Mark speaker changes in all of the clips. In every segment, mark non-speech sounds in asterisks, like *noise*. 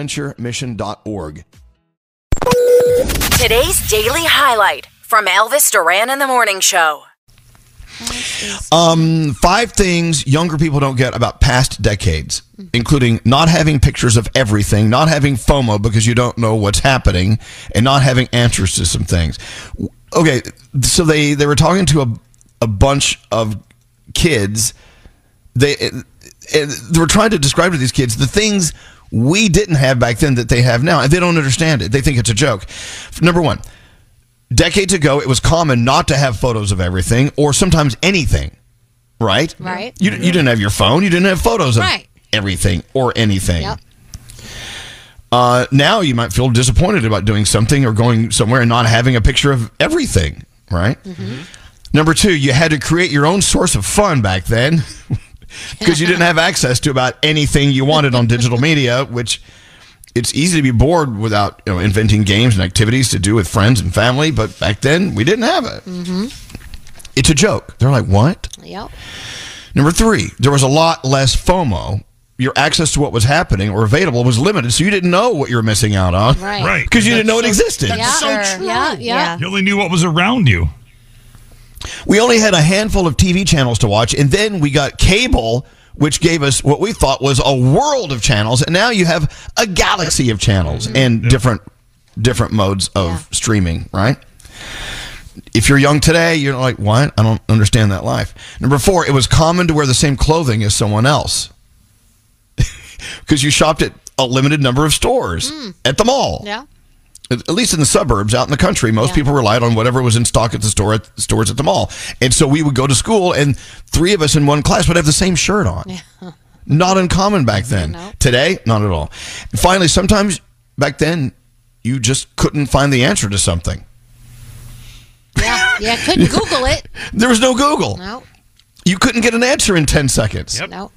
Speaker 1: adventuremission.org.
Speaker 2: Today's daily highlight from Elvis Duran and the Morning Show.
Speaker 1: Um, five things younger people don't get about past decades, including not having pictures of everything, not having FOMO because you don't know what's happening, and not having answers to some things. Okay, so they they were talking to a a bunch of kids. They they were trying to describe to these kids the things we didn't have back then that they have now. And they don't understand it. They think it's a joke. Number one, decades ago, it was common not to have photos of everything or sometimes anything, right?
Speaker 3: Right.
Speaker 1: You, you didn't have your phone, you didn't have photos of
Speaker 3: Right.
Speaker 1: everything or anything.
Speaker 3: Yep.
Speaker 1: Uh, now you might feel disappointed about doing something or going somewhere and not having a picture of everything, right? Number two, you had to create your own source of fun back then because you didn't have access to about anything you wanted on digital media, which it's easy to be bored without you know, inventing games and activities to do with friends and family. But back then, we didn't have it. It's a joke. They're like, what?
Speaker 3: Yep.
Speaker 1: Number three, there was a lot less FOMO. Your access to what was happening or available was limited, so you didn't know what you were missing out on. *laughs*
Speaker 3: Right.
Speaker 4: Right.
Speaker 1: Because you didn't know it
Speaker 4: That's so-
Speaker 1: existed.
Speaker 4: that's so
Speaker 3: Yeah.
Speaker 4: true.
Speaker 3: Yeah. Yeah.
Speaker 4: You only knew what was around you.
Speaker 1: We only had a handful of TV channels to watch, and then we got cable, which gave us what we thought was a world of channels, and now you have a galaxy of channels and different different modes of streaming, right? If you're young today, you're like, what? I don't understand that life. Number four, it was common to wear the same clothing as someone else *laughs* because you shopped at a limited number of stores at the mall
Speaker 3: Yeah.
Speaker 1: at at least in the suburbs, out in the country, most people relied on whatever was in stock at the store at stores at the mall. And so we would go to school, and three of us in one class would have the same shirt on. Not uncommon back then. Today, not at all. And finally, sometimes back then, you just couldn't find the answer to something.
Speaker 3: Yeah. Yeah. Couldn't Google it.
Speaker 1: There was no Google.
Speaker 3: No.
Speaker 1: You couldn't get an answer in ten seconds.
Speaker 4: Yep.
Speaker 3: No.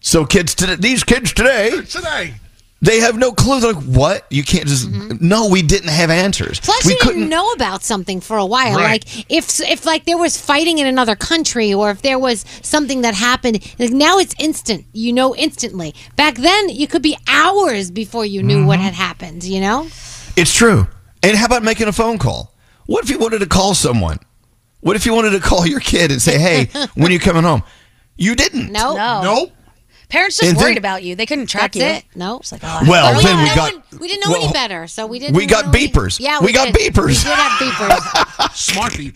Speaker 1: So kids, today, these kids today,
Speaker 4: Today.
Speaker 1: they have no clue. They're like, "What? You can't just." No, we didn't have answers.
Speaker 3: Mm-hmm. Plus,
Speaker 1: we
Speaker 3: you didn't know about something for a while.
Speaker 4: Right.
Speaker 3: Like if if like there was fighting in another country, or if there was something that happened. Like now it's instant. You know instantly. Back then, you could be hours before you knew what had happened. You know.
Speaker 1: It's true. And how about making a phone call? What if you wanted to call someone? What if you wanted to call your kid and say, "Hey, when are you coming home?" You didn't.
Speaker 3: No.
Speaker 5: No.
Speaker 1: Nope.
Speaker 5: Parents just
Speaker 1: And then-
Speaker 5: worried about you. They couldn't track
Speaker 3: That's
Speaker 5: you.
Speaker 3: it. No.
Speaker 5: It's like, oh,
Speaker 1: Well,
Speaker 3: Well,
Speaker 1: then we
Speaker 3: no
Speaker 1: got
Speaker 3: one- we didn't know
Speaker 1: well,
Speaker 3: any better, so we didn't.
Speaker 1: we got
Speaker 3: really-
Speaker 1: beepers.
Speaker 3: Yeah,
Speaker 1: We got
Speaker 3: did.
Speaker 1: beepers. *laughs*
Speaker 3: We did have beepers.
Speaker 4: Smarty.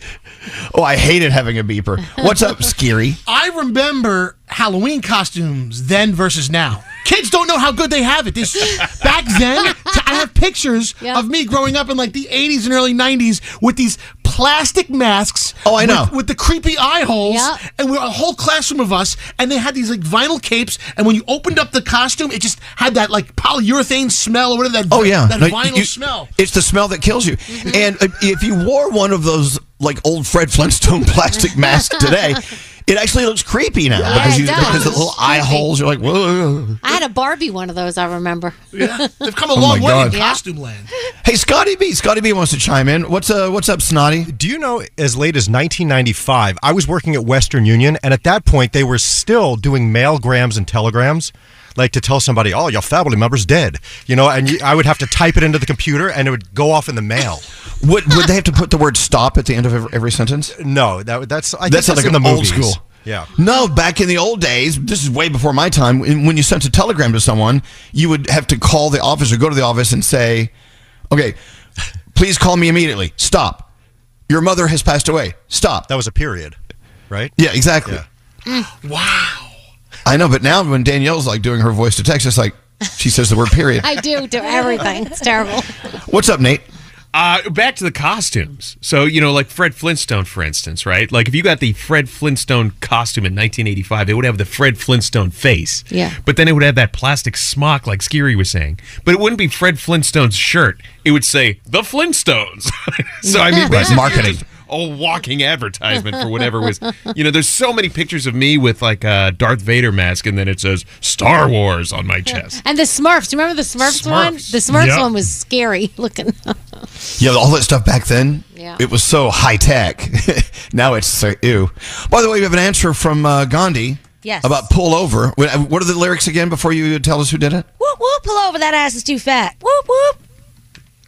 Speaker 1: Oh, I hated having a beeper. What's up, Skiri?
Speaker 4: I remember Halloween costumes then versus now. Kids don't know how good they have it. They, s- *laughs* back then, t- I have pictures
Speaker 3: Yeah.
Speaker 4: of me growing up in like the 80s and early 90s with these plastic masks.
Speaker 1: Oh, I
Speaker 4: with-
Speaker 1: know.
Speaker 4: With, the creepy eye holes.
Speaker 3: Yep.
Speaker 4: And we were a whole classroom of us, and they had these like vinyl capes. And when you opened up the costume, it just had that like polyurethane smell or whatever that,
Speaker 1: Oh yeah,
Speaker 4: that
Speaker 1: No,
Speaker 4: vinyl
Speaker 1: you- *laughs*
Speaker 4: smell.
Speaker 1: It's the smell that kills you. And uh, if you wore one of those like old Fred Flintstone *laughs* plastic masks today, it actually looks creepy now because
Speaker 3: it
Speaker 1: you
Speaker 3: does.
Speaker 1: because the little
Speaker 3: It's
Speaker 1: eye
Speaker 3: creepy.
Speaker 1: holes. You're like, whoa.
Speaker 3: I had a Barbie one of those, I remember.
Speaker 4: Yeah. They've come a long
Speaker 1: Oh, my
Speaker 4: way
Speaker 1: God.
Speaker 4: in costume land.
Speaker 1: Hey, Scotty B. Scotty B. wants to chime in. What's uh, what's up, Snotty?
Speaker 6: Do you know as late as 1995, I was working at Western Union, and at that point, they were still doing mailgrams and telegrams. Like to tell somebody, oh, your family member's dead, you know, and you, I would have to type it into the computer and it would go off in the mail.
Speaker 1: Would would they have to put the word stop at the end of every, every sentence?
Speaker 6: No, that, that's I think
Speaker 1: That sounds
Speaker 6: that's
Speaker 1: like
Speaker 6: in
Speaker 1: an
Speaker 6: the
Speaker 1: old
Speaker 6: movies.
Speaker 1: school.
Speaker 6: Yeah,
Speaker 1: No, back in the old days, this is way before my time. When when you sent a telegram to someone, you would have to call the office or go to the office and say, "Okay, please call me immediately. Stop. Your mother has passed away. Stop."
Speaker 6: that was a period, right?
Speaker 1: yeah, exactly.
Speaker 6: Yeah.
Speaker 4: Wow.
Speaker 1: I know, but now when Danielle's like doing her voice to text, it's like she says the word period.
Speaker 3: I do *laughs* do everything. It's terrible.
Speaker 1: What's up, Nate?
Speaker 7: Uh, back to the costumes. So, you know, like Fred Flintstone, for instance, right? Like, if you got the Fred Flintstone costume in 1985, it would have the Fred Flintstone face.
Speaker 3: Yeah.
Speaker 7: But then it would have that plastic smock, like Skiri was saying. But it wouldn't be Fred Flintstone's shirt. It would say, The Flintstones. *laughs* so, I mean, basically,
Speaker 1: marketing.
Speaker 7: it's *laughs* just A walking advertisement for whatever was, you know. There's so many pictures of me with like a Darth Vader mask, and then it says Star Wars on my chest.
Speaker 3: And the Smurfs. Remember the Smurfs, one? The
Speaker 7: Smurfs.
Speaker 3: Smurfs
Speaker 7: Yep.
Speaker 3: one was scary *laughs* looking.
Speaker 1: Yeah, all that stuff back then.
Speaker 3: Yeah.
Speaker 1: It was so high tech. *laughs* now it's so ew. By the way, we have an answer from uh, Gandhi.
Speaker 8: Yes.
Speaker 1: About pull over. What what are the lyrics again before you tell us who did it
Speaker 8: Whoop whoop, pull over. That ass is too fat. Whoop whoop.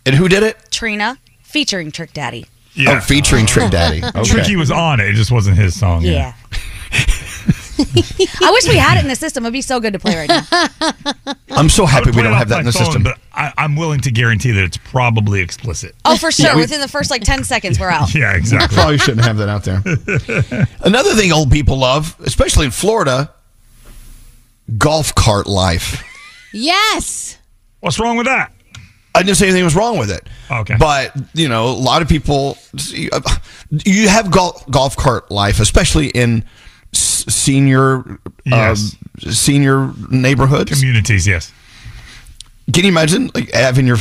Speaker 1: and who did it?
Speaker 8: Trina featuring Trick Daddy.
Speaker 1: Oh, featuring Trick
Speaker 9: *laughs*
Speaker 1: Daddy.
Speaker 9: Tricky was on it. It just wasn't his song.
Speaker 8: Yeah. *laughs* I wish we had it in the system. It'd be so good to play right now.
Speaker 1: I'm so
Speaker 9: I would
Speaker 1: happy we
Speaker 9: play it
Speaker 1: don't
Speaker 9: off
Speaker 1: have that
Speaker 9: my
Speaker 1: in the
Speaker 9: phone,
Speaker 1: system. *laughs*
Speaker 9: But I, I'm willing to guarantee that it's probably explicit. *laughs*
Speaker 8: Oh, for sure. Within the first like 10 seconds, we're out.
Speaker 1: *laughs*
Speaker 9: Yeah, exactly.
Speaker 1: Probably Oh, shouldn't have that out there.
Speaker 9: *laughs*
Speaker 1: Another thing old people love, especially in Florida, golf cart life.
Speaker 3: yes.
Speaker 9: What's wrong with that?
Speaker 1: I didn't say anything was wrong with it.
Speaker 9: Oh, Okay.
Speaker 1: But, you know, a lot of people, you have golf, golf cart life, especially in s- senior
Speaker 9: Yes.
Speaker 1: um, senior neighborhoods.
Speaker 9: Communities, yes.
Speaker 1: Can you imagine like having your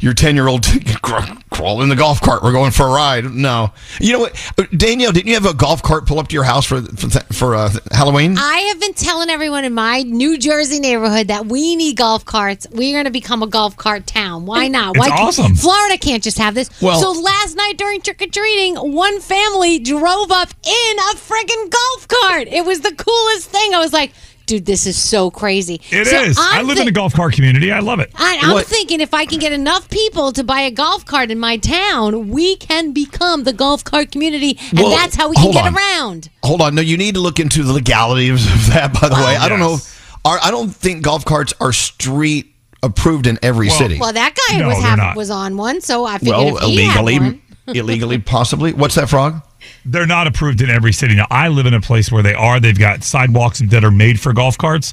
Speaker 1: your ten year old *laughs* crawl in the golf cart? We're going for a ride. No, you know what, uh, Danielle? Didn't you have a golf cart pull up to your house for for, th- for uh, Halloween?
Speaker 3: I have been telling everyone in my New Jersey neighborhood that we need golf carts. We're going to become a golf cart town. Why not?
Speaker 9: It's
Speaker 3: Why can't-
Speaker 9: awesome.
Speaker 3: Florida can't just have this.
Speaker 1: Well-
Speaker 3: so last night during trick or treating, one family drove up in a friggin' golf cart. It was the coolest thing. I was like, dude, this is so crazy.
Speaker 9: It is.
Speaker 3: So
Speaker 9: I
Speaker 3: I'm
Speaker 9: live in
Speaker 3: thi-
Speaker 9: a golf cart community. I love it.
Speaker 3: I, I'm
Speaker 1: What-
Speaker 3: thinking if I can get enough people to buy a golf cart in my town, we can become the golf cart community, and
Speaker 1: Well,
Speaker 3: that's how we can
Speaker 1: hold
Speaker 3: get
Speaker 1: on.
Speaker 3: around.
Speaker 1: Hold on, no, you need to look into the legalities of that. By the way, I don't know.
Speaker 9: Yes.
Speaker 1: Are, I don't think golf carts are street approved in every city.
Speaker 3: Well, that guy
Speaker 9: No,
Speaker 3: was
Speaker 9: they're
Speaker 3: half,
Speaker 9: not.
Speaker 3: was on one, so I figured
Speaker 1: Well,
Speaker 3: if he had one, *laughs*
Speaker 1: illegally, illegally, possibly. What's that frog?
Speaker 9: They're not approved in every city. Now, I live in a place where they are. They've got sidewalks that are made for golf carts.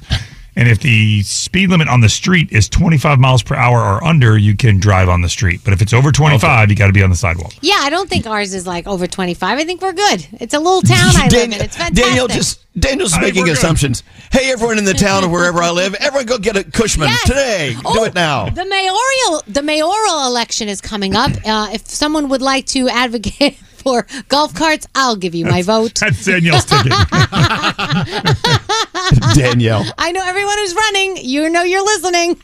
Speaker 9: And if the speed limit on the street is 25 miles per hour or under, you can drive on the street. But if it's over 25, you got to be on the sidewalk.
Speaker 3: yeah, I don't think ours is like over twenty five. I think we're good. It's a little
Speaker 1: *laughs*
Speaker 3: town I live in. It's fantastic.
Speaker 1: Daniel just Daniel's making
Speaker 9: we're good.
Speaker 1: assumptions. Hey, everyone in the town or wherever I live, everyone go get a Cushman
Speaker 3: Yes.
Speaker 1: today. Do
Speaker 3: Oh, *laughs*
Speaker 1: it now.
Speaker 3: The mayoral the mayoral election is coming
Speaker 1: *laughs*
Speaker 3: up. Uh, if someone would like to advocate *laughs* for golf carts, I'll give you my
Speaker 1: *laughs*
Speaker 3: vote.
Speaker 9: That's
Speaker 8: *laughs*
Speaker 9: Danielle's ticket.
Speaker 1: Danielle,
Speaker 3: I know everyone who's running. You know you're listening. *laughs*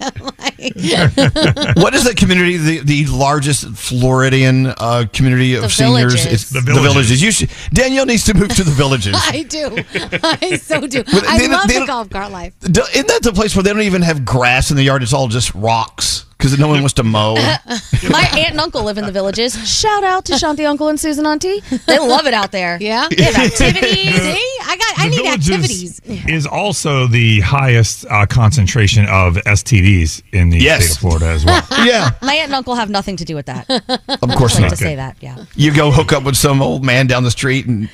Speaker 1: what is that community? The the largest Floridian uh, community of
Speaker 3: The
Speaker 1: seniors.
Speaker 3: Villages.
Speaker 1: It's
Speaker 9: The Villages.
Speaker 1: You should, Danielle needs to move to the villages.
Speaker 3: *laughs* I do. I so do.
Speaker 1: But
Speaker 3: I
Speaker 1: they don't-
Speaker 3: love
Speaker 1: they
Speaker 3: the
Speaker 1: don't-
Speaker 3: golf cart life.
Speaker 1: D- Isn't that the place where they don't even have grass in the yard? It's all just rocks because no one wants to
Speaker 4: *laughs*
Speaker 1: mow.
Speaker 8: My aunt and uncle live in the villages. Shout out to Shanti Uncle and Susan Auntie. They love it out there.
Speaker 3: Yeah.
Speaker 1: *laughs*
Speaker 8: They have activities.
Speaker 3: See, I got. I
Speaker 9: The
Speaker 3: need
Speaker 9: Villages
Speaker 3: activities.
Speaker 9: Is also the highest uh, concentration of STDs in the
Speaker 1: Yes.
Speaker 9: state of
Speaker 8: *laughs*
Speaker 9: Florida as well.
Speaker 1: yeah.
Speaker 8: My aunt and uncle have nothing to do with that. Of
Speaker 1: course
Speaker 8: like
Speaker 1: not.
Speaker 8: to say
Speaker 1: Okay.
Speaker 8: that. Yeah.
Speaker 1: You go hook up with some old man down the street and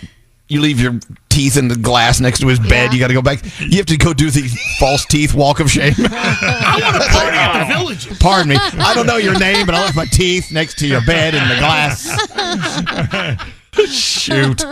Speaker 1: you leave your teeth in the glass next to his bed. You got to go back. You have to go do the false teeth walk of shame.
Speaker 4: *laughs* I want to party
Speaker 1: *laughs*
Speaker 4: at the village.
Speaker 1: Pardon me. I don't know your name, but I left my teeth next to your bed in the glass. Shoot.